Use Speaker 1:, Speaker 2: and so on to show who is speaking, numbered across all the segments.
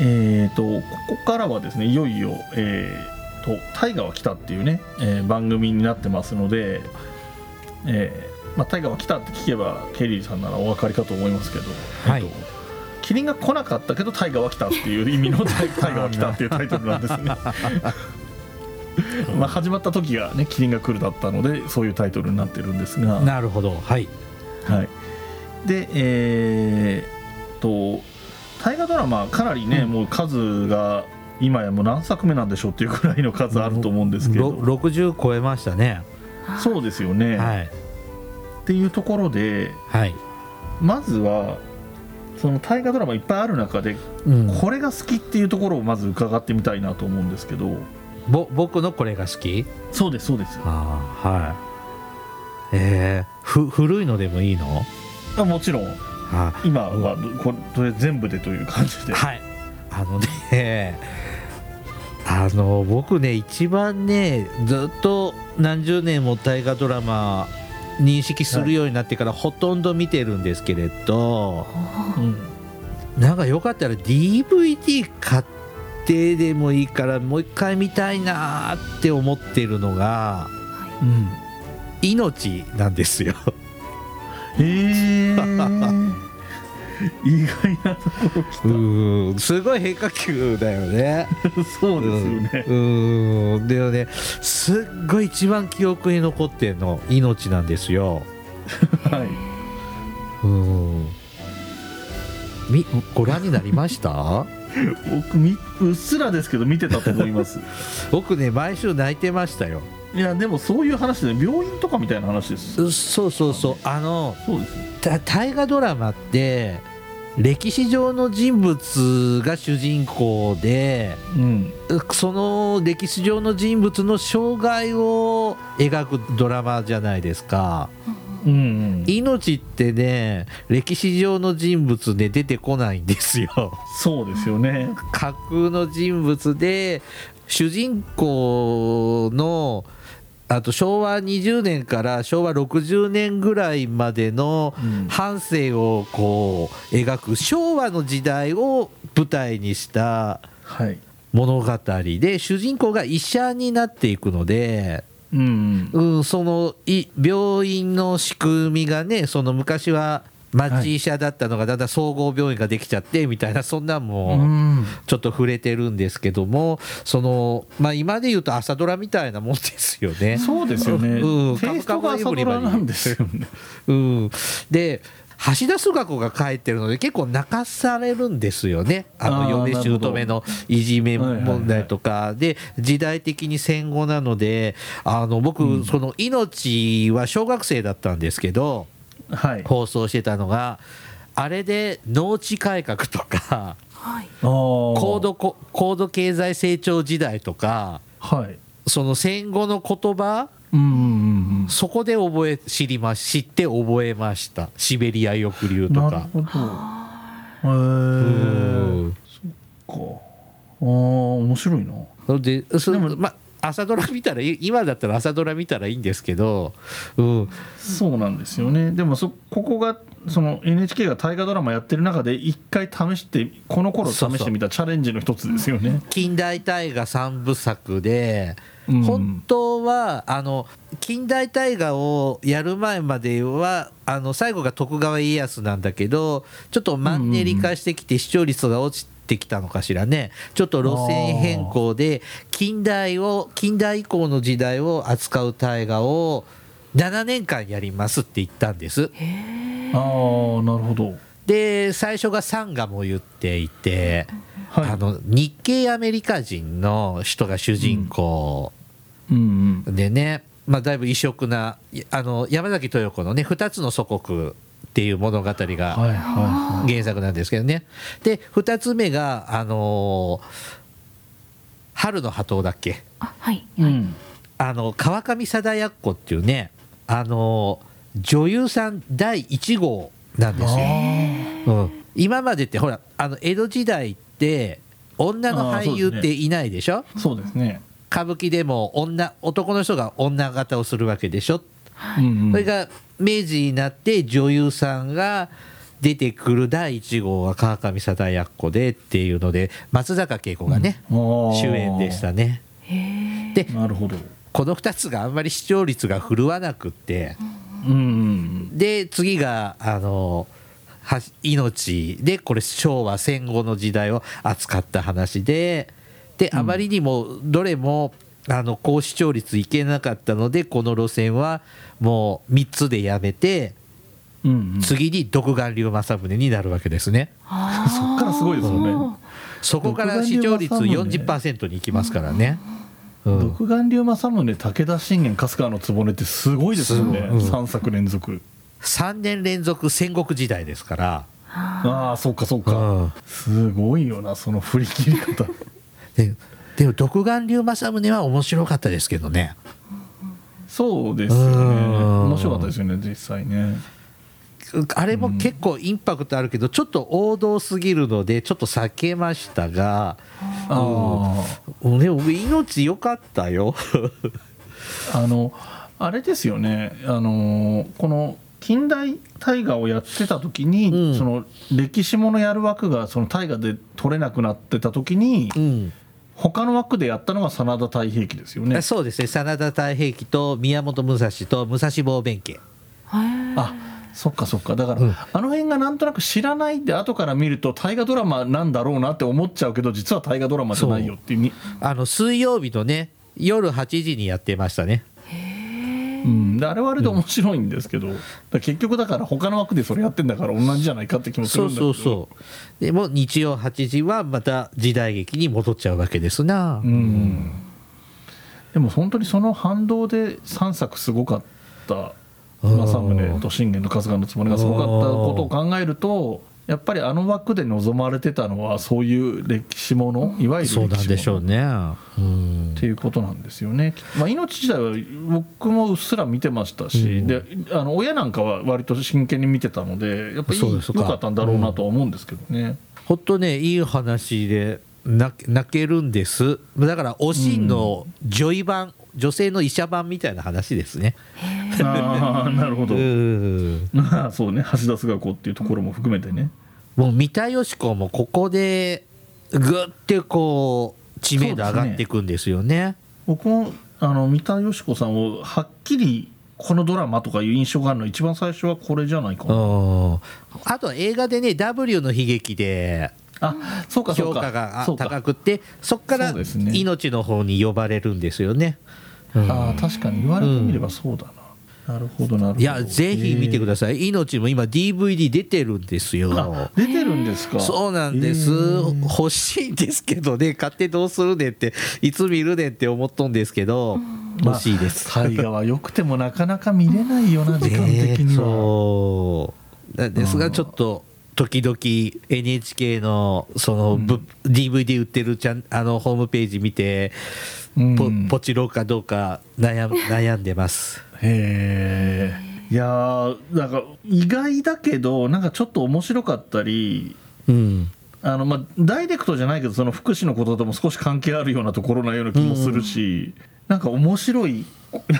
Speaker 1: えー、とここからはですねいよいよ、えーと「大河は来た」っていうね、えー番組になってますので「えーまあ、大河は来た」って聞けばケリーさんならお分かりかと思いますけど、
Speaker 2: はい
Speaker 1: えーとキリンが来なかったけど「大河は来た」っていう意味の「大大河は来た」っていうタイトルなんですね。まあ始まった時がね「キリンが来る」だったのでそういうタイトルになってるんですが。
Speaker 2: なるほどはい
Speaker 1: はい、でえーっと大河ドラマかなりね、もう数が今やもう何作目なんでしょうっていうくらいの数あると思うんですけ
Speaker 2: ろ
Speaker 1: ど
Speaker 2: 60超えましたね
Speaker 1: そうですよね、
Speaker 2: はい
Speaker 1: っていうところで
Speaker 2: はい、
Speaker 1: まずはその大河ドラマいっぱいある中で
Speaker 2: うん、
Speaker 1: これが好きっていうところをまず伺ってみたいなと思うんですけど
Speaker 2: ぼ僕のこれが好き
Speaker 1: そうですそうです
Speaker 2: ああはいえー、ふ古いのでもいいの
Speaker 1: あもちろん
Speaker 2: あ
Speaker 1: 今はこれ全部でという感じで
Speaker 2: はいあのね あの僕ね一番ねずっと何十年も大河ドラマ認識するようになってからほとんど見てるんですけれど、
Speaker 1: うん
Speaker 2: なんかよかったら DVD 買ってでもいいからもう一回見たいなーって思ってるのが
Speaker 1: うん
Speaker 2: 命なんですよ。
Speaker 1: えー、意外なところ来
Speaker 2: うーんすごい変化球だよね。
Speaker 1: た そうですよね、
Speaker 2: うんうーんでもねすっごい一番記憶に残ってるの命なんですよ。
Speaker 1: はいう
Speaker 2: ーんみご覧になりました
Speaker 1: 僕みうっすらですけど見てたと思います
Speaker 2: 僕ね毎週泣いてましたよ。
Speaker 1: いやでもそういう話で病院とかみたいな話です
Speaker 2: うそうそうそうあの
Speaker 1: そうですね
Speaker 2: た大河ドラマって歴史上の人物が主人公で
Speaker 1: うん
Speaker 2: うその歴史上の人物の生涯を描くドラマじゃないですか
Speaker 1: うん
Speaker 2: 命ってね歴史上の人物で出てこないんですよ
Speaker 1: そうですよね
Speaker 2: 架空の人物で主人公のあと昭和20年から昭和60年ぐらいまでの
Speaker 1: うん
Speaker 2: 半生をこう描く昭和の時代を舞台にした
Speaker 1: はい
Speaker 2: 物語で主人公が医者になっていくので、
Speaker 1: うん
Speaker 2: うん、そのい病院の仕組みがねその昔は町医者だったのがだんだん総合病院ができちゃってみたいなそんなんも。
Speaker 1: ん
Speaker 2: ちょっと触れてるんですけどもその、まあ、今で言うと朝ドラみたいなもんですよ ね。
Speaker 1: そうですよね、
Speaker 2: うん
Speaker 1: テイストが朝ドラなんですよね
Speaker 2: うん、で橋田壽賀子が書いてるので結構泣かされるんですよねあ
Speaker 1: あー
Speaker 2: の嫁
Speaker 1: なるほど
Speaker 2: 姑のいじめ問題とかで時代的に戦後なのであの僕その命は小学生だったんですけど
Speaker 1: はい
Speaker 2: 放送してたのがあれで農地改革とか
Speaker 3: はい。
Speaker 1: 高
Speaker 2: 高度こ高度経済成長時代とか
Speaker 1: はい
Speaker 2: その戦後の言葉
Speaker 1: うんうん
Speaker 2: そこで覚え知りま知って覚えましたシベリア抑留
Speaker 1: うん
Speaker 2: と
Speaker 1: なる
Speaker 2: か。
Speaker 1: ほどへえー、かあー面白いな
Speaker 2: のでそ
Speaker 1: で
Speaker 2: で
Speaker 1: も
Speaker 2: もま朝ドラ見たらいい今だったら朝ドラ見たらいいんですけど、うん、
Speaker 1: そうなんですよねでもそここがその NHK が大河ドラマやってる中で一回試してこの頃試してみたチャレンジの一つですよね。
Speaker 2: 近代大河三部作で、
Speaker 1: うん
Speaker 2: 本当はあの近代大河をやる前まではあの最後が徳川家康なんだけどちょっとマンネリ化してきて視聴率が落ちてきたのかしらねちょっと路線変更で近代を近代以降の時代を扱う大河を7年間やりますって言ったんです。
Speaker 1: ああーなるほど。
Speaker 2: で最初がサンガも言っていて、
Speaker 1: はい
Speaker 2: あの日系アメリカ人の人が主人公
Speaker 1: うん
Speaker 2: でね、まあ、だいぶ異色なあの山崎豊子のね「二つの祖国」っていう物語
Speaker 1: うん、はい
Speaker 2: が
Speaker 1: はいは
Speaker 2: 原作なんですけどね、で2つ目が、あのー春の波頭」だっけ
Speaker 3: あ、はい。
Speaker 1: い。うん、
Speaker 2: あの川上貞奴っていうね、あのー女優さん第1号なんですよ。
Speaker 1: あ
Speaker 2: うん、今までってほらあの江戸時代って女の俳優っていないでしょ
Speaker 1: あそうですね。
Speaker 2: 歌舞伎でも女男の人が女形をするわけでしょ、
Speaker 1: うんうん、
Speaker 2: それが明治になって女優さんが出てくる第1号は川上貞奴でっていうので松坂慶子がね、主演でしたね
Speaker 3: へえ
Speaker 2: で
Speaker 1: なるほど
Speaker 2: この2つがあんまり視聴率が振るわなくって
Speaker 1: うん
Speaker 2: で次があのは命でこれ昭和戦後の時代を扱った話でであまりにもどれも、あの高視聴率いけなかったのでこの路線はもう3つでやめて
Speaker 1: うんうん
Speaker 2: 次に独眼竜政宗になるわけですね。
Speaker 3: あー
Speaker 1: そっからすごいですよね
Speaker 2: そこから視聴率40%に行きますからね。うん
Speaker 1: 独眼竜政宗武田信玄春日の局ってすごいですよね、
Speaker 2: すごいうん
Speaker 1: 3作連続
Speaker 2: 3年連続戦国時代ですから、
Speaker 1: ああそうかそうか、
Speaker 2: うん
Speaker 1: すごいよなその振り切り方
Speaker 2: ででも独眼竜政宗は面白かったですけどね
Speaker 1: そうですよね
Speaker 2: うん
Speaker 1: 面白かったですよね実際ね
Speaker 2: あれも結構インパクトあるけど、ちょっと王道すぎるのでちょっと避けましたが
Speaker 1: あ
Speaker 2: でも命良かったよ
Speaker 1: ああのあれですよねあのこの近代大河をやってた時に、
Speaker 2: うん
Speaker 1: その歴史ものやる枠がその大河で取れなくなってた時に、
Speaker 2: うん
Speaker 1: 他の枠でやったのが真田太平記ですよね
Speaker 2: そうですね真田太平記と宮本武蔵と武蔵坊弁慶
Speaker 3: へえ
Speaker 1: あそっかそっかだから、
Speaker 2: うん
Speaker 1: あの辺がなんとなく知らないで後から見ると大河ドラマなんだろうなって思っちゃうけど実は大河ドラマじゃないよっていうに
Speaker 2: あの水曜日のね夜8時にやってましたね
Speaker 1: うん、であれはあれで面白いんですけど、だから結局だから他の枠でそれやってんだから同じじゃないかって気もする
Speaker 2: そ
Speaker 1: ん
Speaker 2: う
Speaker 1: だけど
Speaker 2: そうそうでも日曜8時はまた時代劇に戻っちゃうわけですな、
Speaker 1: うん、でも本当にその反動で3作すごかった
Speaker 2: うん
Speaker 1: 政宗と信玄と春日のつもりがすごかったことを考えるとやっぱりあの枠で望まれてたのはそういう歴史ものいわゆる歴史
Speaker 2: そう
Speaker 1: もの
Speaker 2: なんでしょうね、うん
Speaker 1: っていうことなんですよね。まあ、命自体は僕もうっすら見てましたし、
Speaker 2: うん
Speaker 1: であの親なんかは割と真剣に見てたのでやっぱり
Speaker 2: そう
Speaker 1: 良
Speaker 2: ですか
Speaker 1: かったんだろうなとは思うんですけどね。
Speaker 2: ほんとねいい話で泣け泣けるんですだからおしんの女医版、女性の医者版みたいな話ですね
Speaker 1: ああなるほ ど
Speaker 2: う。ん
Speaker 1: まあ そうね橋田壽賀子っていうところも含めてね。
Speaker 2: もう三田佳子もここでぐってこう知名度上がっていくんですよね
Speaker 1: 僕もあの三田佳子さんをはっきりこのドラマとかいう印象があるの一番最初はこれじゃないか
Speaker 2: う
Speaker 1: な。
Speaker 2: んあとは映画でね W の悲劇で
Speaker 1: あそうかそ
Speaker 2: 評
Speaker 1: うか。
Speaker 2: 価が
Speaker 1: そう
Speaker 2: 高
Speaker 1: か。
Speaker 2: くてそこから
Speaker 1: そうですね
Speaker 2: 命の方に呼ばれるんですよね。うん
Speaker 1: ああ確かに言われてみればそうだな。なるほどなるほど。
Speaker 2: いやぜひ見てください「命」も今 DVD 出てるんですよ
Speaker 1: あ。 出てるんですか。
Speaker 2: そうなんです、
Speaker 1: えー
Speaker 2: 欲しいんですけどね買ってどうするねんっていつ見るねんって思っとんですけど、欲しいです。
Speaker 1: まあ大河は良くてもなかなか見れないよな時間的
Speaker 2: ね
Speaker 1: に は。
Speaker 2: そうなんですがちょっと時々 NHK のその、ぶ DVD 売ってるちゃんあのホームページ見て、
Speaker 1: うん
Speaker 2: ポポチろうかどうか悩 む悩んでます。
Speaker 1: へえ。いやーなんか意外だけどなんかちょっと面白かったり。
Speaker 2: うん、
Speaker 1: あのまあ、ダイレクトじゃないけどその福祉のこととも少し関係あるようなところなような気もするし、なんか面白い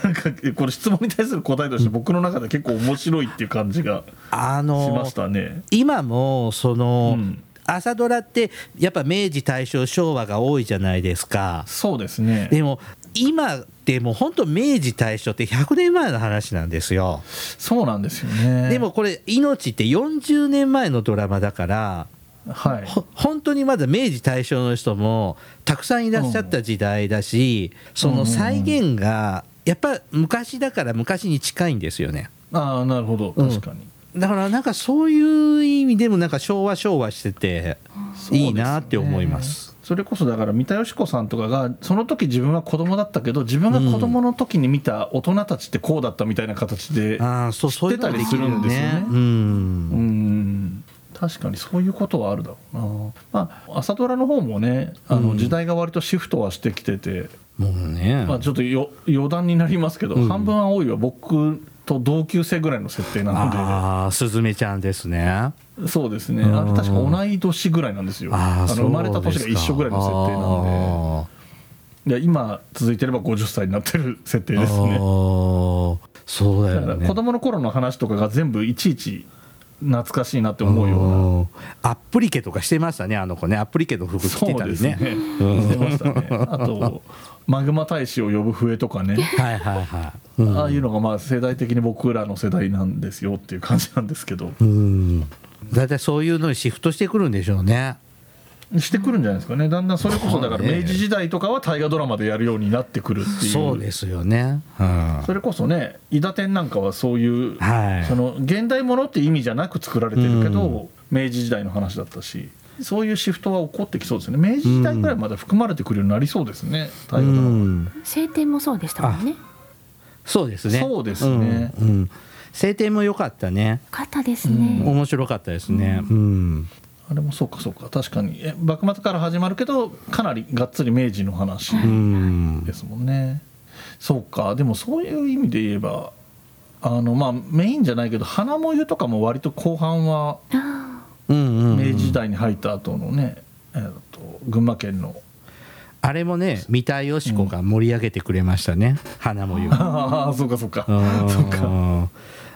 Speaker 1: なんかこれ質問に対する答えとして僕の中で結構面白いっていう感じが
Speaker 2: あ
Speaker 1: しま
Speaker 2: の
Speaker 1: したね。
Speaker 2: 今もその、
Speaker 1: うん
Speaker 2: 朝ドラってやっぱ明治大正昭和が多いじゃないですか。
Speaker 1: そうですね
Speaker 2: でも今ってもう本当明治大正って100年前の話なんですよ。
Speaker 1: そうなんですよね。
Speaker 2: でも、これ「命」って40年前のドラマだから
Speaker 1: はい、
Speaker 2: ほ本当にまだ明治大正の人もたくさんいらっしゃった時代だし、その再現がやっぱ昔だから昔に近いんですよね。
Speaker 1: ああなるほど
Speaker 2: うん
Speaker 1: 確かに、
Speaker 2: だからなんかそういう意味でもなんか昭和昭和してていいなって思います。
Speaker 1: それこそだから三田佳子さんとかがその時自分は子供だったけど自分が子供の時に見た大人たちってこうだったみたいな形で、うん
Speaker 2: ああそうそういうのができるよ
Speaker 1: 知ってたりするんですよ
Speaker 2: ね
Speaker 1: ね。
Speaker 2: うん
Speaker 1: 確かにそういうことはあるだろうな、まあ、朝ドラの方もねあ
Speaker 2: う
Speaker 1: の
Speaker 2: ん
Speaker 1: 時代が割とシフトはしてきてて、
Speaker 2: もうね
Speaker 1: まあ、ちょっとよ余談になりますけど、
Speaker 2: うん
Speaker 1: 半分青いは僕と同級生ぐらいの設定なので。
Speaker 2: ああすずめちゃんですね。
Speaker 1: そうですね、
Speaker 2: うん
Speaker 1: あれ確か同い年ぐらいなんですよ、
Speaker 2: あ
Speaker 1: あ
Speaker 2: あ
Speaker 1: の生まれた年が一緒ぐらいの設定なんで。
Speaker 2: んで。
Speaker 1: で今続いてれば50歳になってる設定です
Speaker 2: あ
Speaker 1: ね
Speaker 2: ーそう
Speaker 1: だ
Speaker 2: だよ
Speaker 1: から
Speaker 2: ね
Speaker 1: 子供の頃の話とかが全部いちいち懐かしいなって思うような
Speaker 2: うんアップリケとかしてましたねあの子ねアップリケの服着
Speaker 1: そ
Speaker 2: て
Speaker 1: う
Speaker 2: た
Speaker 1: で
Speaker 2: り
Speaker 1: す
Speaker 2: ね
Speaker 1: ねしてましたね あとマグマ大使を呼ぶ笛とかね
Speaker 2: はいはいはい、うん
Speaker 1: ああいうのがまあ世代的に僕らの世代なんですよっていう感じなんですけど
Speaker 2: うんだいたいそういうのにシフトしてくるんでしょうね
Speaker 1: してくるんじゃないですかねだんだんそれこそだから
Speaker 2: そうね
Speaker 1: 明治時代とかは大河ドラマでやるようになってくるっていう
Speaker 2: そうですよね、うん
Speaker 1: それこそね伊達天なんかはそういう、
Speaker 2: はい
Speaker 1: その現代ものって意味じゃなく作られてるけど、明治時代の話だったしそういうシフトは起こってきそうですね明治時代ぐらいまで含まれてくるようになりそうですね、大河
Speaker 2: う
Speaker 1: ドラマ
Speaker 2: ん
Speaker 3: 晴天もそうでしたもんね。よ
Speaker 2: そうですね
Speaker 1: そうですね
Speaker 2: うんうん晴天も良かったね
Speaker 3: かったですね。
Speaker 2: 面白かったですねうん、
Speaker 1: あれもそうかそうか確かにえ幕末から始まるけどかなりがっつり明治の話
Speaker 2: うん
Speaker 1: ですもんね、そうかでもそういう意味で言えばあのまあメインじゃないけど花もゆとかも割と後半は
Speaker 3: あ
Speaker 2: うんうん
Speaker 1: 明治時代に入った後のね、えーと群馬県の
Speaker 2: あれもね三田佳子が盛り上げてくれましたね、花もゆか
Speaker 1: ああそうかそうか
Speaker 2: うん
Speaker 1: そうか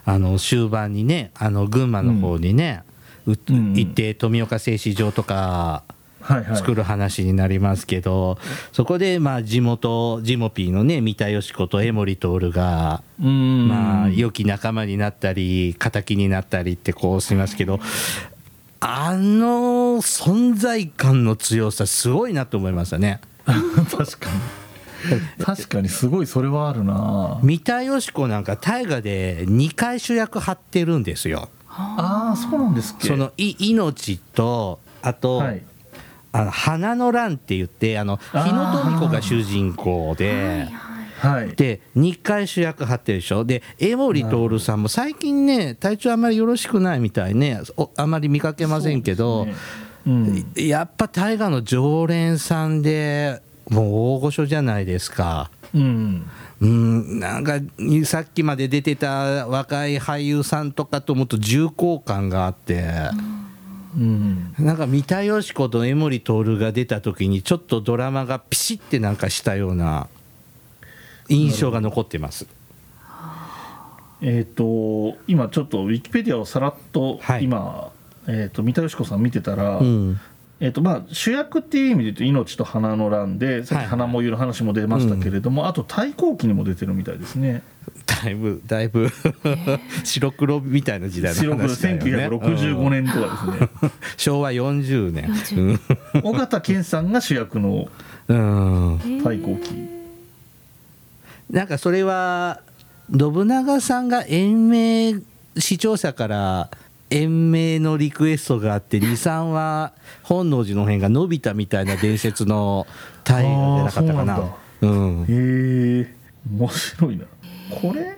Speaker 2: あの終盤にねあの群馬の方にね、う
Speaker 1: うん
Speaker 2: 行って富岡製糸場とか
Speaker 1: はいはい
Speaker 2: 作る話になりますけど、そこでまあ地元ジモピーのね三田佳子と江守徹が、
Speaker 1: うーん
Speaker 2: まあ良き仲間になったり敵になったりってこうしますけどあの存在感の強さすごいなと思いましたね。
Speaker 1: 確かに確かにすごいそれはあるな
Speaker 2: 三田佳子なんか大河で2回主役張ってるんですよ。
Speaker 1: ああそうなんですっけ
Speaker 2: そのい命とあと、
Speaker 1: はい
Speaker 2: あの花の乱って言ってあの日
Speaker 1: あー
Speaker 2: 野富子が主人公
Speaker 3: あ。
Speaker 2: で
Speaker 3: はい。はい。
Speaker 1: はい
Speaker 2: で2回主役張ってるでしょで江守徹さんも最近ね体調あんまりよろしくないみたいねおあまり見かけませんけど、
Speaker 1: そうですね
Speaker 2: やっぱ大河の常連さんでもう大御所じゃないですか。
Speaker 1: うん、うん
Speaker 2: うん、なんかさっきまで出てた若い俳優さんとかともっと重厚感があって、
Speaker 1: うん、
Speaker 2: なんか三田佳子と江守徹が出た時にちょっとドラマがピシッてなんかしたような印象が残ってます。
Speaker 1: えっ、と今ちょっとウィキペディアをさらっと
Speaker 2: はい
Speaker 1: 今、えー、と三田佳子さん見てたら、
Speaker 2: うん
Speaker 1: えーとまあ、主役っていう意味で言うと「命と花の乱で」さっ
Speaker 2: は
Speaker 1: き「
Speaker 2: い
Speaker 1: 花もゆ」の話も出ましたけれども、あと「太閤記」にも出てるみたいですね。
Speaker 2: だいぶだいぶ 白黒みたいな時代
Speaker 1: 白黒
Speaker 2: の話だよね。
Speaker 1: 1965
Speaker 2: うん
Speaker 1: 年とかですね、
Speaker 2: 昭和40年。
Speaker 3: 40
Speaker 1: 尾形健さんが主役の
Speaker 2: うんうん
Speaker 1: 太閤記、
Speaker 2: なんかそれは信長さんが延命視聴者から延命のリクエストがあって23話本能寺の変が伸びたみたいな伝説の大河じゃなかったか
Speaker 1: あー
Speaker 2: な。うん
Speaker 1: へえ面白いなこれ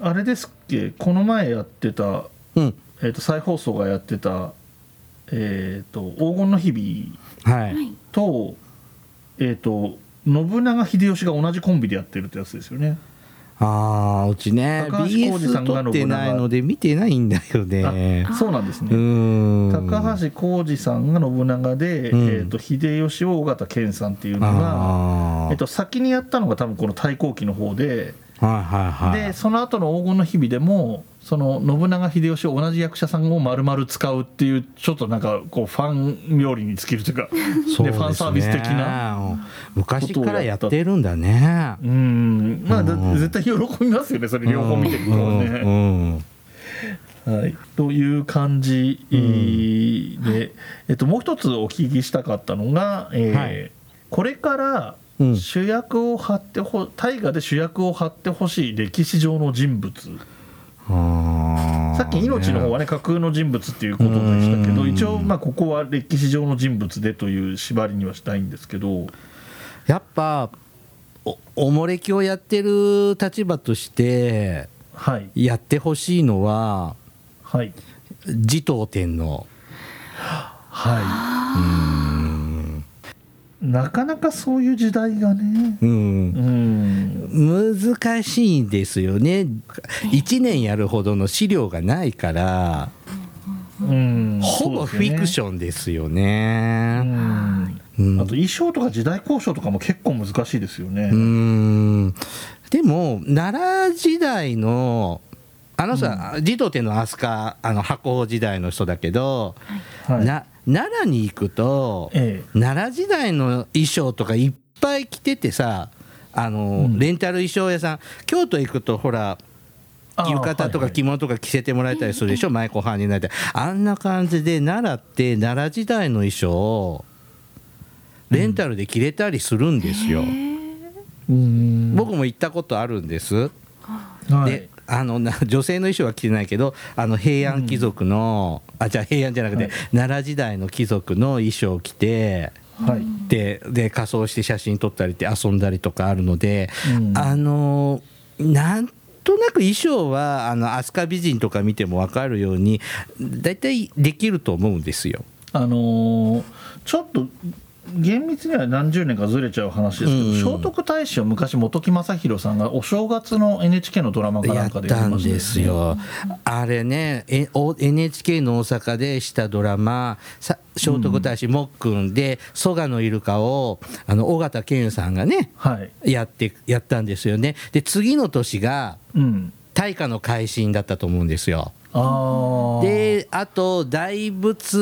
Speaker 1: あれですっけこの前やってた、
Speaker 2: うん
Speaker 1: えー、と再放送がやってた「えー、と黄金の日々
Speaker 2: は、
Speaker 3: はいい。」
Speaker 1: と「えー、と信長秀吉」が同じコンビでやってるってやつですよね。
Speaker 2: ああうちね
Speaker 1: 高橋浩二さ
Speaker 2: BS
Speaker 1: んが
Speaker 2: 撮ってないので見てないんだよね
Speaker 1: あ。そうなんです
Speaker 2: う
Speaker 1: ね。
Speaker 2: ん
Speaker 1: 高橋浩二さんが信長で、
Speaker 2: うん
Speaker 1: えー、と秀吉を尾形健さんっていうのが、
Speaker 2: あ
Speaker 1: えー、と先にやったのが多分この太閤記の方で。
Speaker 2: ーはいはいはい
Speaker 1: でその後の黄金の日々でもその信長秀吉を同じ役者さんを丸々使うっていうちょっとなんかこうファン冥利に尽きるというか
Speaker 2: そうですね
Speaker 1: ファンサービス的な
Speaker 2: うん昔からやってるんだね
Speaker 1: うーんまあだ
Speaker 2: うん
Speaker 1: 絶対喜びますよねそれ両方見てると
Speaker 2: う
Speaker 1: ね。
Speaker 2: んうん
Speaker 1: はい、という感じえーで、えっと、もう一つお聞きしたかったのが、えー
Speaker 2: はい
Speaker 1: これから
Speaker 2: うん
Speaker 1: 主役を張ってほ大河で主役を張ってほしい歴史上の人物。さ
Speaker 2: さ
Speaker 1: っき命の方はね架空の人物っていうことでしたけ
Speaker 2: う
Speaker 1: ど
Speaker 2: ん
Speaker 1: 一応まあここは歴史上の人物でという縛りにはしたいんですけど
Speaker 2: やっぱおおもれきをやってる立場として
Speaker 1: はい
Speaker 2: やってほしいのは
Speaker 1: はい
Speaker 2: 持統天皇
Speaker 1: はいうーんなかなかそういう時代がね
Speaker 2: うん
Speaker 1: うん
Speaker 2: 難しいんですよね1年やるほどの資料がないから
Speaker 1: うん
Speaker 2: ほぼフィクシ
Speaker 1: ョ
Speaker 2: ョンですよ
Speaker 1: ン
Speaker 2: ね。
Speaker 1: うん
Speaker 2: うん
Speaker 1: あと衣装とか時代交渉とかも結構難しいですよね
Speaker 2: うーんでも奈良時代のあの人は児童天の飛鳥あの白鵬時代の人だけど、
Speaker 1: はい
Speaker 2: な奈良に行くと、
Speaker 1: え
Speaker 2: 奈良時代の衣装とかいっぱい着ててさあの、
Speaker 1: うん
Speaker 2: レンタル衣装屋さん京都行くとほら
Speaker 1: あー
Speaker 2: 浴衣と
Speaker 1: はいは
Speaker 2: か
Speaker 1: い
Speaker 2: 着物とか着せてもらえたりするでしょ、前後半になってあんな感じで奈良って奈良時代の衣装をレンタルで着れたりするんですよ、
Speaker 1: うーん
Speaker 2: 僕も行ったことあるんです、
Speaker 1: は
Speaker 2: であのな 女性の衣装は着てないけどあの平安貴族の、あじゃあ平安じゃなくて、
Speaker 1: はい
Speaker 2: 奈良時代の貴族の衣装を着て
Speaker 1: はい
Speaker 2: でで仮装して写真撮ったりって遊んだりとかあるので、
Speaker 1: うん
Speaker 2: あのなんとなく衣装はあの飛鳥美人とか見ても分かるように大体できると思うんですよ。
Speaker 1: あのーちょっと厳密には何十年かずれちゃう話ですけど、
Speaker 2: うん
Speaker 1: 聖徳太子を昔本木雅弘さんがお正月の NHK のドラマかな
Speaker 2: や
Speaker 1: ん
Speaker 2: っ
Speaker 1: かで
Speaker 2: たん
Speaker 1: ました
Speaker 2: ですよ。あれね、えお NHK の大阪でしたドラマ「さ聖徳太子もっくん」で「蘇我のイルカを」あの尾形健さんがね
Speaker 1: はい、
Speaker 2: やってやったんですよね。で次の年が
Speaker 1: うん、
Speaker 2: 大化の改新だったと思うんですよ。
Speaker 1: ああ
Speaker 2: であと大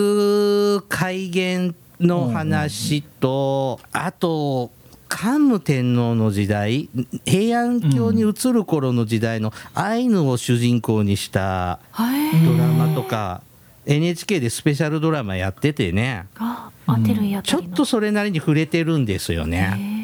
Speaker 2: 仏開元の話と、あと桓武天皇の時代平安京に移る頃の時代のアイヌを主人公にした
Speaker 3: はい。
Speaker 2: ドラマとか NHK でスペシャルドラマやっててね
Speaker 3: あ、当てるや
Speaker 2: ちょっとそれなりに触れてるんですよね。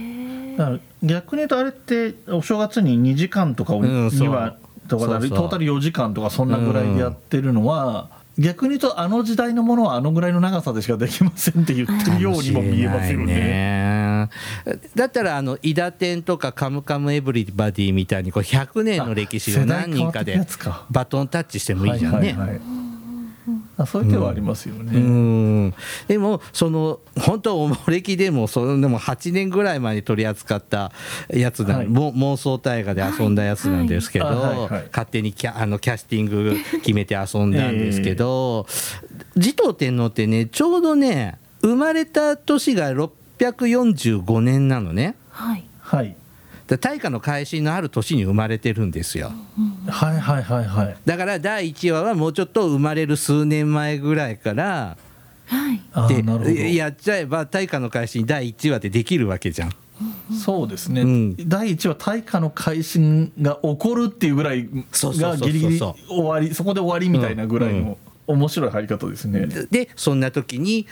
Speaker 1: だから逆に言うとあれってお正月に2時間とかを
Speaker 2: うんそう
Speaker 1: 2話とかだ
Speaker 2: そうそう
Speaker 1: トータル4時間とかそんなぐらいでやってるのは、逆に言うとあの時代のものはあのぐらいの長さでしかできませんって言ってるようにも見えますよ ね。
Speaker 2: ね。だったらあの「伊ダ天」とか「カムカムエブリバディ」みたいにこう100年の歴史を
Speaker 1: あ世
Speaker 2: 何人か
Speaker 1: 代変わってく
Speaker 2: で
Speaker 1: やつか
Speaker 2: バトンタッチしてもいいじゃんね。
Speaker 1: はいはいはいあそういう手はありますよね。
Speaker 2: うんでもその本当おもれきでもそのでも8年ぐらい前に取り扱ったやつな、
Speaker 1: はい
Speaker 2: も妄想大河で遊んだやつなんですけど、
Speaker 1: はいはいあはいはい
Speaker 2: 勝手にキャあのキャスティング決めて遊んだんですけど、持統天皇ってねちょうどね生まれた年が645年なのね
Speaker 3: はい。
Speaker 1: はい、
Speaker 2: だ大化の改新のある年に生まれてるんですよ。
Speaker 1: はいはいはいはい。
Speaker 2: だから第1話はもうちょっと生まれる数年前ぐらいから
Speaker 3: はい。
Speaker 1: あーなるほど
Speaker 2: でやっちゃえば大化の改新第1話でできるわけじゃん。
Speaker 1: そうですね、
Speaker 2: うん
Speaker 1: 第1話大化の改新が起こるっていうぐらい
Speaker 2: そうそ
Speaker 1: が
Speaker 2: うそうそうそう
Speaker 1: ギリギリ終わりそこで終わりみたいなぐらいの面白い入り方ですね。
Speaker 2: でそんな時に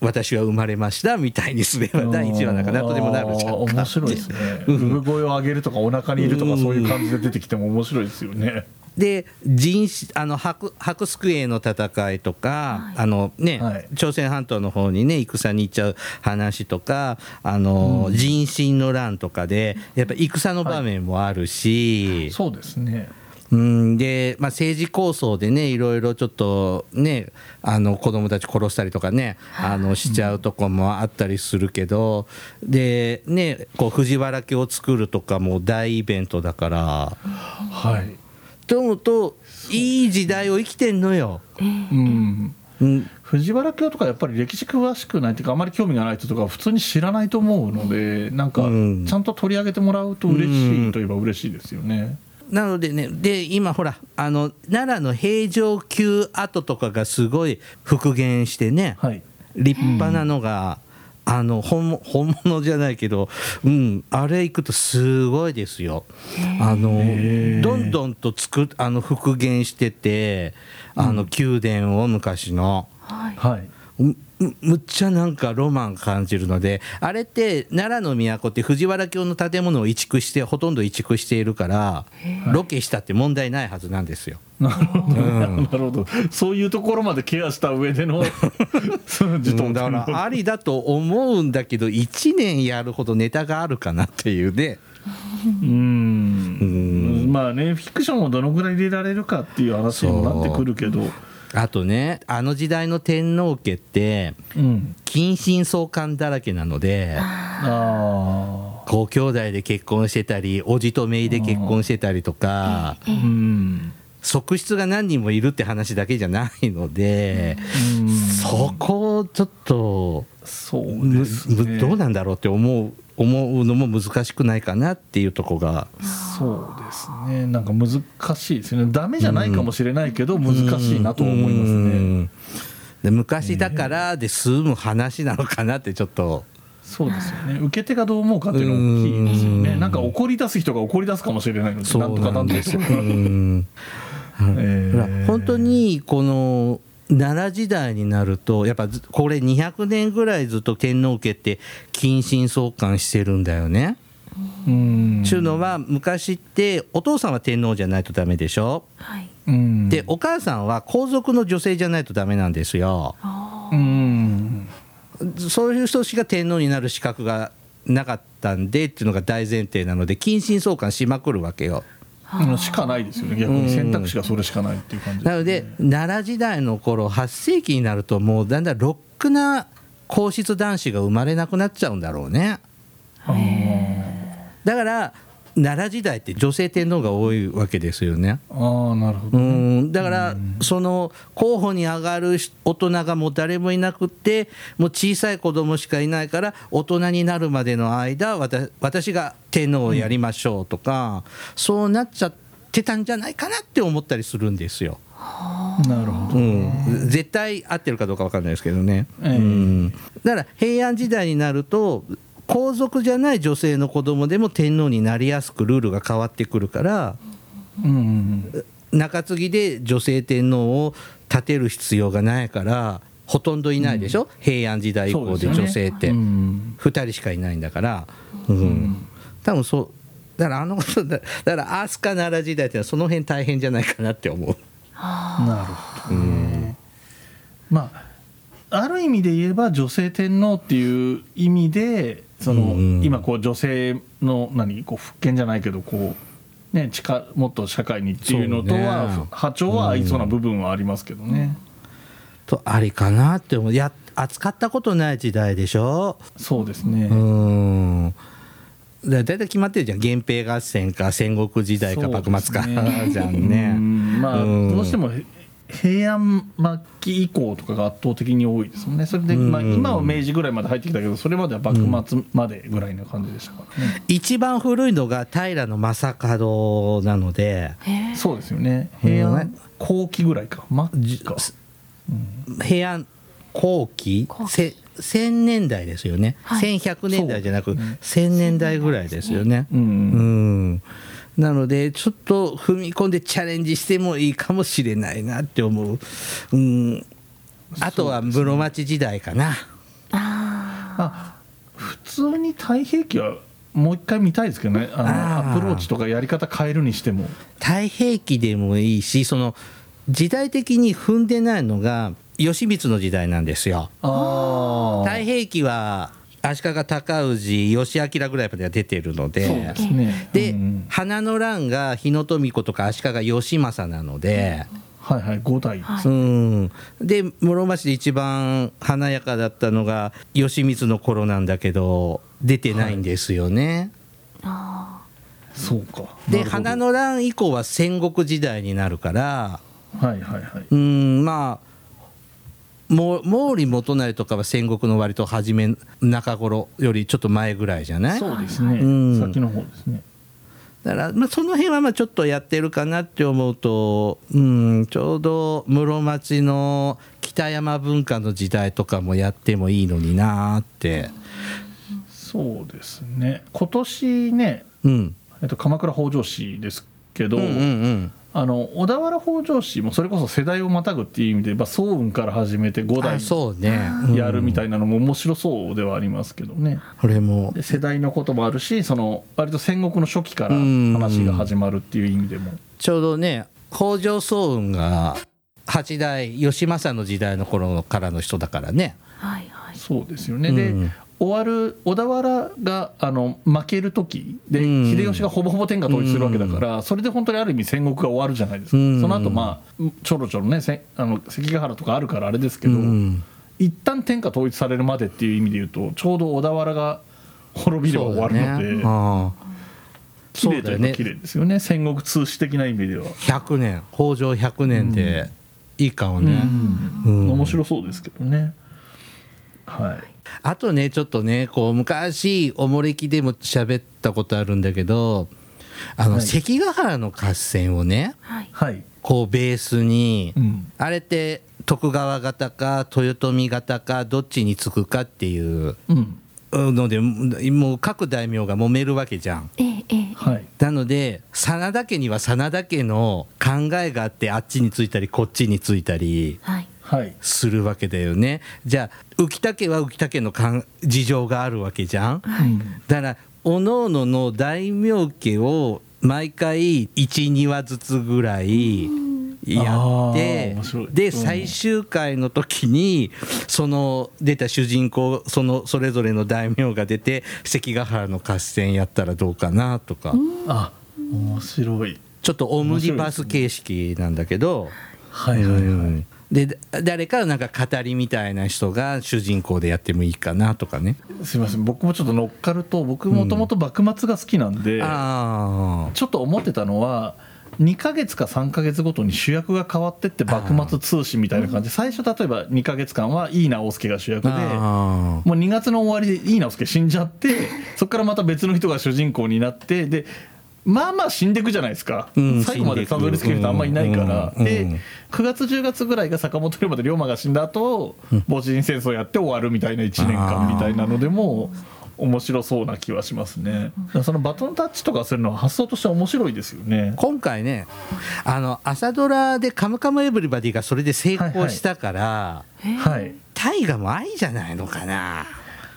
Speaker 2: 私は生まれましたみたいにすれば第1話なんか何とでもなるじゃ
Speaker 1: あー
Speaker 2: ん。
Speaker 1: 面白いですね産声を上げるとかお腹にいるとかそういう感じで出てきても面白いですよね
Speaker 2: で人種あの白白スクエの戦いとか、
Speaker 3: はい
Speaker 2: あのね
Speaker 1: はい
Speaker 2: 朝鮮半島の方にね戦に行っちゃう話とかあの、人心の乱とかでやっぱ戦の場面もあるし、
Speaker 1: そうですね
Speaker 2: うんでまあ、政治構想でねいろいろちょっとねあの子供たち殺したりとかねあのしちゃうとこもあったりするけど、でねこう藤原家を作るとかも大イベントだから。
Speaker 1: はい
Speaker 2: と思うといい時代を生きてんのよ。
Speaker 1: うん
Speaker 2: うん
Speaker 1: 藤原京とかやっぱり歴史詳しくないっていうかあまり興味がない人とかは普通に知らないと思うのでなんか
Speaker 2: うん
Speaker 1: ちゃんと取り上げてもらうと嬉しいといえば嬉しいですよね、
Speaker 2: なのでねで今ほらあの奈良の平城宮跡とかがすごい復元してね、
Speaker 1: はい
Speaker 2: 立派なのが、あの本物本物じゃないけど、うん、あれ行くとすごいですよ。あ
Speaker 1: へ
Speaker 2: の
Speaker 1: ー
Speaker 2: どんどんとつくあの復元しててあの宮殿を昔の。
Speaker 3: はい。
Speaker 1: はい
Speaker 2: むむむっちゃなんかロマン感じるのであれって奈良の都って藤原京の建物を移築してほとんど移築しているからロケしたって問題ないはずなんですよ。
Speaker 1: なるほど、なるほどそういうところまでケアした上で のその自
Speaker 2: う
Speaker 1: 動
Speaker 2: んだ
Speaker 1: 的
Speaker 2: か
Speaker 1: な
Speaker 2: らありだと思うんだけど1年やるほどネタがあるかなっていうね。
Speaker 1: うんまあねフィクションをどのぐらい入れられるかっていう話にもなってくるけど
Speaker 2: あとねあの時代の天皇家って
Speaker 1: うん
Speaker 2: 近親相関だらけなので
Speaker 1: あ
Speaker 2: こう兄弟で結婚してたり叔父と姪で結婚してたりとか
Speaker 1: あうん
Speaker 2: 側室が何人もいるって話だけじゃないので
Speaker 1: うん
Speaker 2: そこをちょっと
Speaker 1: そう
Speaker 2: む
Speaker 1: ですね
Speaker 2: むどうなんだろうって思う思うのも難しくないかなっていうとこが
Speaker 1: そうですねなんか難しいですねダメじゃないかもしれないけど難しいなと思いますね
Speaker 2: うんで昔だからで済む話なのかなってちょっと、
Speaker 1: そうですよね受け手がどう思うかっていうのが大きいですよ
Speaker 2: う
Speaker 1: ね
Speaker 2: ん
Speaker 1: なんか怒り出す人が怒り出すかもしれないので
Speaker 2: そ
Speaker 1: なん
Speaker 2: う
Speaker 1: とか
Speaker 2: な
Speaker 1: なんん
Speaker 2: で
Speaker 1: ですす
Speaker 2: よ
Speaker 1: よ。
Speaker 2: うん
Speaker 1: え
Speaker 2: ほら
Speaker 1: ー
Speaker 2: 本当にこの奈良時代になるとやっぱずこれ200年ぐらいずっと天皇家って近親相関してるんだよね。
Speaker 1: うん
Speaker 2: ちゅうのは昔ってお父さんは天皇じゃないとダメでしょ、
Speaker 3: はい。
Speaker 1: うん
Speaker 2: でお母さんは皇族の女性じゃないとダメなんですよ。
Speaker 3: あ
Speaker 1: うん
Speaker 2: そういう人しか天皇になる資格がなかったんでっていうのが大前提なので近親相関しまくるわけよ。
Speaker 1: うんしかないですよね逆
Speaker 2: うん
Speaker 1: に選択肢がそれしかないっていう感じ
Speaker 2: なので奈良時代の頃8世紀になるともうだんだんロックな皇室男子が生まれなくなっちゃうんだろうね
Speaker 1: あー
Speaker 2: だから奈良時代って女性天皇が多いわけですよね
Speaker 1: あーなるほ
Speaker 2: う
Speaker 1: ど
Speaker 2: んだからその候補に上がる大人がもう誰もいなくってもう小さい子供しかいないから大人になるまでの間わた私が天皇をやりましょうとか、そうなっちゃってたんじゃないかなって思ったりするんですよ。
Speaker 1: なるほ
Speaker 2: う
Speaker 1: ど
Speaker 2: ん、絶対合ってるかどうか分かんないですけどね、
Speaker 1: ええ
Speaker 2: うん、だから平安時代になると皇族じゃない女性の子供でも天皇になりやすくルールが変わってくるから
Speaker 1: うんうんうん
Speaker 2: 中継ぎで女性天皇を立てる必要がないからほとんどいないでしょ、平安時代以降で
Speaker 1: そうですよ
Speaker 2: 女
Speaker 1: ね
Speaker 2: 性って、
Speaker 1: うん
Speaker 2: 2人しかいないんだから、うん多分そうだからあのことだだから飛鳥奈良時代ってのはその辺大変じゃないかなって思う。
Speaker 1: なるほどね。まあある意味で言えば女性天皇っていう意味でその、
Speaker 2: うん
Speaker 1: 今こう女性の何こう復権じゃないけどこう、ね、近もっと社会にっていうのと
Speaker 2: そう
Speaker 1: は、
Speaker 2: ね
Speaker 1: 波長は合いそうな部分はありますけどね、
Speaker 2: とありかなって思ういや扱ったことない時代でしょ
Speaker 1: そうですね、
Speaker 2: うんだだいたい決まってるじゃん源平合戦か戦国時代か
Speaker 1: そうですね
Speaker 2: 幕末かじゃん
Speaker 1: う
Speaker 2: ね
Speaker 1: んまあ、
Speaker 2: うん
Speaker 1: どうしてもへ平安末期以降とかが圧倒的に多いですもんねそれで、まあ、
Speaker 2: うん
Speaker 1: 今は明治ぐらいまで入ってきたけどそれまでは幕末までぐらいの感じでしたからね、
Speaker 2: 一番古いのが平将門なので
Speaker 3: あ。へえ。
Speaker 1: そうですよね平
Speaker 2: うん
Speaker 1: 安後期ぐらいか末期か
Speaker 2: 平安後期
Speaker 3: 後期
Speaker 2: せ1000年代ですよね、
Speaker 3: はい
Speaker 2: 1100年代じゃな
Speaker 1: そ
Speaker 2: く
Speaker 1: ううん
Speaker 2: 1000年代ぐらいですよね
Speaker 1: う
Speaker 2: うんんなのでちょっと踏み込んでチャレンジしてもいいかもしれないなって思う、うん、あとは室町時代かな
Speaker 3: あ
Speaker 1: あ普通に太平記はもう一回見たいですけどねあの
Speaker 2: あー
Speaker 1: アプローチとかやり方変えるにしても
Speaker 2: 太平記でもいいしその時代的に踏んでないのが義満の時代なんですよ
Speaker 1: あ
Speaker 2: 太平記は足利尊氏義明ぐらいまでは出てるので
Speaker 1: そうですね
Speaker 2: で
Speaker 1: うん
Speaker 2: 花の乱が日野富子とか足利義政なので、
Speaker 1: はいはい五代
Speaker 3: あ。は
Speaker 2: う
Speaker 3: い。
Speaker 2: ん、で室町で一番華やかだったのが義満の頃なんだけど出てないんですよね。
Speaker 3: あ
Speaker 1: そうかなる
Speaker 2: で
Speaker 1: ほど
Speaker 2: 花の乱以降は戦国時代になるから
Speaker 1: はいはいはい
Speaker 2: うんまあもう毛利元就とかは戦国の割と初め中頃よりちょっと前ぐらいじゃない
Speaker 1: そうですね
Speaker 2: うん
Speaker 1: 先の方ですね
Speaker 2: だから、まあ、その辺はまあちょっとやってるかなって思うと、うん、ちょうど室町の北山文化の時代とかもやってもいいのになーって、
Speaker 1: そうですね今年ね
Speaker 2: うん、
Speaker 1: えっと鎌倉北条氏ですけど、
Speaker 2: うんうんうん
Speaker 1: あの小田原北条氏もそれこそ世代をまたぐっていう意味で、まあ、早雲から始めて五代
Speaker 2: あそうね、うん
Speaker 1: やるみたいなのも面白そうではありますけどね、
Speaker 2: これも
Speaker 1: で世代のこともあるしその割と戦国の初期から
Speaker 2: うん
Speaker 1: 話が始まるっていう意味でも、
Speaker 2: ちょうどね北条早雲が八代義政の時代の頃からの人だからね。
Speaker 3: あ。はいはい。
Speaker 1: そうですよね、
Speaker 2: うん
Speaker 1: で終わる小田原があの負ける時で、
Speaker 2: うん
Speaker 1: 秀吉がほぼほぼ天下統一するわけだから、それで本当にある意味戦国が終わるじゃないですか、
Speaker 2: うん
Speaker 1: その後まあちょろちょろねせあの関ヶ原とかあるからあれですけど、
Speaker 2: うん
Speaker 1: 一旦天下統一されるまでっていう意味で言うとちょうど小田原が滅びれば終わるので、
Speaker 2: そうだねあ
Speaker 1: 綺
Speaker 2: そう
Speaker 1: 麗
Speaker 2: だ
Speaker 1: とい
Speaker 2: よ
Speaker 1: えば
Speaker 2: ね
Speaker 1: 綺麗ですよね戦国通史的な意味では、
Speaker 2: あ100年北条100年でいいかもね、うん
Speaker 1: 面白そうですけどねはい
Speaker 2: あとねちょっとねこう昔おもれきでも喋ったことあるんだけどあの、
Speaker 1: はい
Speaker 2: 関ヶ原の合戦をね
Speaker 3: はい
Speaker 1: はい、
Speaker 2: こうベースに、
Speaker 1: うん、
Speaker 2: あれって徳川方か豊臣方かどっちにつくかっていう
Speaker 1: うん、
Speaker 2: のでもう各大名が揉めるわけじゃん。
Speaker 3: ええええ
Speaker 1: はい、
Speaker 2: なので真田家には真田家の考えがあってあっちについたりこっちについたり
Speaker 3: はい
Speaker 1: はい、
Speaker 2: するわけだよねじゃあ浮田家は浮田家のかん事情があるわけじゃん
Speaker 1: うん、
Speaker 2: だから各々の大名家を毎回12話ずつぐらいやっ
Speaker 1: あー
Speaker 2: て
Speaker 1: 面白いうん
Speaker 2: で最終回の時にその出た主人公そのそれぞれの大名が出て関ヶ原の合戦やったらどうかなとか。
Speaker 1: あ、面白い。
Speaker 2: ちょっとオムニバス形式なんだけど、
Speaker 1: はいはいはい。
Speaker 2: うんでだ誰かなんか語りみたいな人が主人公でやってもいいかなとかね、
Speaker 1: すみません、僕もちょっと乗っかると、僕もともと幕末が好きなんで、
Speaker 2: あ
Speaker 1: ちょっと思ってたのは。2ヶ月か3ヶ月ごとに主役が変わってって幕末通信みたいな感じで最初例えば2ヶ月間はいい直輔が主役
Speaker 2: ー
Speaker 1: で
Speaker 2: あー
Speaker 1: もう2月の終わりでいい直輔死んじゃってそこからまた別の人が主人公になってでまあまあ死んでいくじゃないですか、
Speaker 2: うん
Speaker 1: 最後までたどり着ける人あんまりいないから、
Speaker 2: うんう
Speaker 1: で
Speaker 2: ん
Speaker 1: 9月10月ぐらいが坂本龍馬で龍馬が死んだ後戊辰戦争やって終わるみたいな1年間みたいなのでも面白そうな気はしますねだからそのバトンタッチとかするのは発想として面白いですよね
Speaker 2: 今回ねあの朝ドラで「カムカムエヴリバディ」がそれで成功したから、
Speaker 3: ええ
Speaker 1: はい
Speaker 2: 大河もありじゃないのかな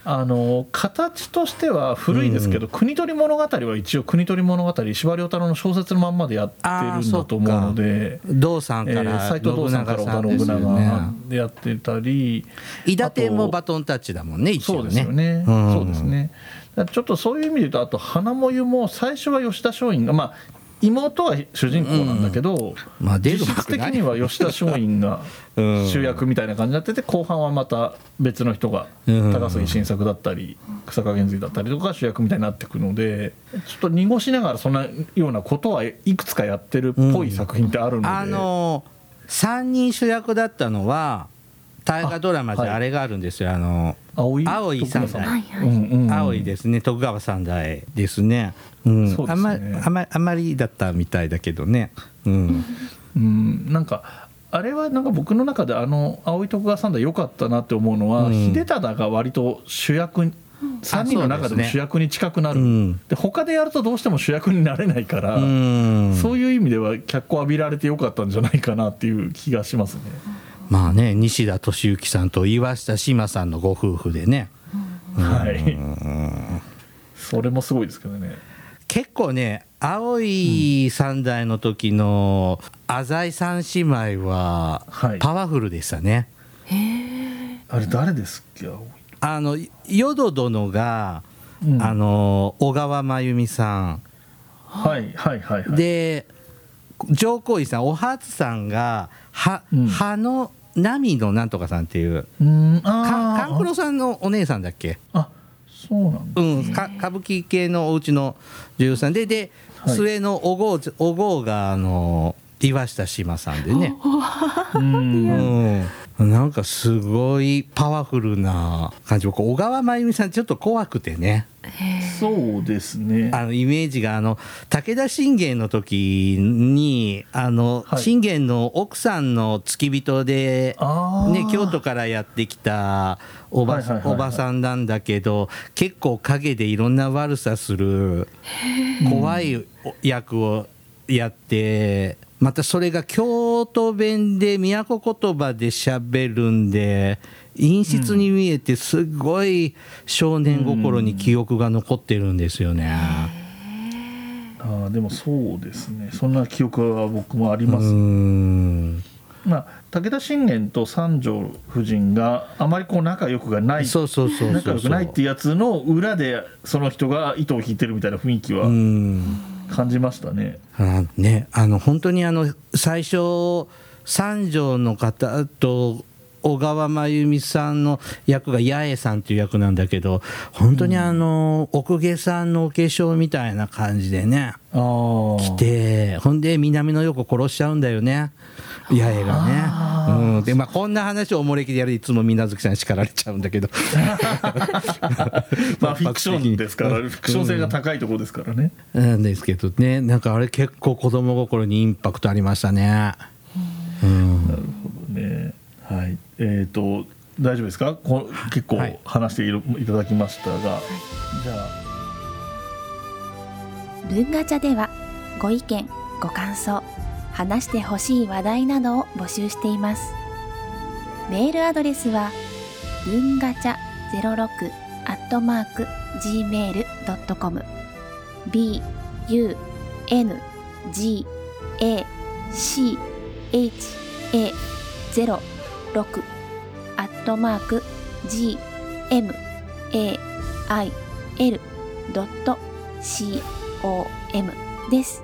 Speaker 1: あの形としては古いですけど、国取物語は一応国取物語司馬太郎の小説のまんまでやってるんだと思うので。
Speaker 2: 道さん
Speaker 1: え
Speaker 2: から
Speaker 1: ー、斉藤道
Speaker 2: 信
Speaker 1: さんから
Speaker 2: 長
Speaker 1: 織田
Speaker 2: さ
Speaker 1: 信
Speaker 2: んですよ
Speaker 1: 長
Speaker 2: ね
Speaker 1: でやってたり、
Speaker 2: 伊達
Speaker 1: あ
Speaker 2: も
Speaker 1: と
Speaker 2: バトンタッチだもんね一
Speaker 1: そう
Speaker 2: 応ね
Speaker 1: ですよね、
Speaker 2: ん
Speaker 1: そうですねだからちょっとそういう意味で言うとあと花もゆも最初は吉田松陰がまあ妹は主人公なんだけど、
Speaker 2: まあ出る
Speaker 1: 実
Speaker 2: わ
Speaker 1: 質
Speaker 2: け
Speaker 1: 的
Speaker 2: ない
Speaker 1: には吉田松陰が
Speaker 2: うん
Speaker 1: 主役みたいな感じになってて後半はまた別の人が
Speaker 2: うん
Speaker 1: 高杉晋作だったり草加源次だったりとか主役みたいになってくのでちょっと濁しながらそんなようなことはいくつかやってるっぽい作品ってあるので、
Speaker 2: あの3人主役だったのは大河ドラマ
Speaker 1: あ
Speaker 2: で
Speaker 1: はい
Speaker 2: あれがあるんですよ、あの
Speaker 1: 青い
Speaker 2: 青い三代
Speaker 3: はいはい
Speaker 2: 青いですね徳川三代ですね,、うん、
Speaker 1: そうで
Speaker 2: あ
Speaker 1: す
Speaker 2: ん
Speaker 1: ね
Speaker 2: まあまあんまりだったみたいだけどね、うん、
Speaker 1: うん、なんかあれはなんか僕の中であの青い徳川三代良かったなって思うのは、
Speaker 2: うん
Speaker 1: 秀忠が割と主役に3人の中でも主役に近くなる、
Speaker 2: うん
Speaker 1: で他でやるとどうしても主役になれないから、
Speaker 2: うん
Speaker 1: そういう意味では脚光浴びられて良かったんじゃないかなっていう気がしますね。
Speaker 2: まあね西田敏行さんと岩下志麻さんのご夫婦でね
Speaker 1: はい、それもすごいですけどね。
Speaker 2: 結構ね青い三代の時の浅井三姉妹は
Speaker 1: はい
Speaker 2: パワフルでしたね、
Speaker 1: あれ誰ですっけ青い
Speaker 2: あの淀殿が、
Speaker 1: うん
Speaker 2: あの小川真由美さん、
Speaker 1: はいはいはいはい。
Speaker 2: で上皇位さんお初さんがは、
Speaker 1: うん
Speaker 2: 葉の波のなんとかさんっていう
Speaker 1: うん
Speaker 2: か
Speaker 1: あー
Speaker 2: 勘九郎さんのお姉さんだっけ、
Speaker 1: あそう なんだ。
Speaker 2: うん、か歌舞伎系のお家の女優さんでで、
Speaker 1: はい
Speaker 2: 末のお郷お郷があの岩下志麻さんでね、
Speaker 1: うん
Speaker 2: うん、なんかすごいパワフルな感じ僕小川真由美さんちょっと怖くてね。
Speaker 1: そうですね。
Speaker 2: あのイメージがあの武田信玄の時にあの、
Speaker 1: はい
Speaker 2: 信玄の奥さんの付き人で、
Speaker 1: あー
Speaker 2: ね、京都からやってきたおば,、
Speaker 1: はいはいはいはい
Speaker 2: おばさんなんだけど結構陰でいろんな悪さする怖い役をやって。またそれが京都弁で都言葉で喋るんで陰湿に見えてすごい少年心に記憶が残ってるんですよね。
Speaker 1: ああでもそうですねそんな記憶は僕もあり
Speaker 2: う
Speaker 1: ます、
Speaker 2: ん
Speaker 1: まあ、武田信玄と三条夫人があまりこう仲良くがない
Speaker 2: そうそうそうそう
Speaker 1: 仲良くないっていうやつの裏でその人が糸を引いてるみたいな雰囲気
Speaker 2: う
Speaker 1: は
Speaker 2: ん
Speaker 1: 感じましたね、
Speaker 2: あねあの本当にあの最初三条の方と小川真由美さんの役が八重さんっていう役なんだけど本当にあの、奥下さんのお化粧みたいな感じでね
Speaker 1: ああ
Speaker 2: 来てほんで南の横殺しちゃうんだよね。八重が
Speaker 1: あ
Speaker 2: ね、
Speaker 1: ー
Speaker 2: うん、でまあこんな話をおもれきでやるといつも水無月さんに叱られちゃうんだけど
Speaker 1: まあフィクションですからフィクション性が高いところですからね、
Speaker 2: なんですけどねなんかあれ結構子供心にインパクトありましたね、うん、
Speaker 1: なるほどねはいえっ、と大丈夫ですかこ結構
Speaker 2: はい
Speaker 1: 話しているいただきましたが、じゃあ
Speaker 3: 文ガチャではご意見ご感想話してほしい話題などを募集していますメールアドレスは文ガチャ06アットマーク gmail.com b u n g a c h a 06アットマーク g m a i l ドット c OM です。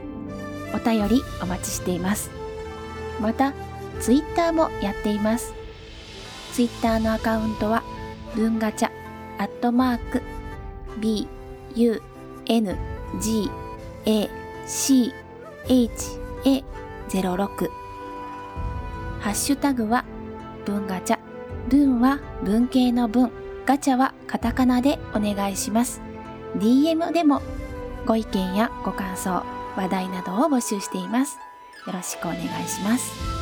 Speaker 3: お便りお待ちしています。また、ツイッターもやっています。ツイッターのアカウントは、文ガチャ、アットマーク、B、U、N、G、A、C、H、A、06。ハッシュタグは、文ガチャ。文は文系の文。ガチャはカタカナでお願いします。DM でもご意見やご感想、話題などを募集しています。よろしくお願いします。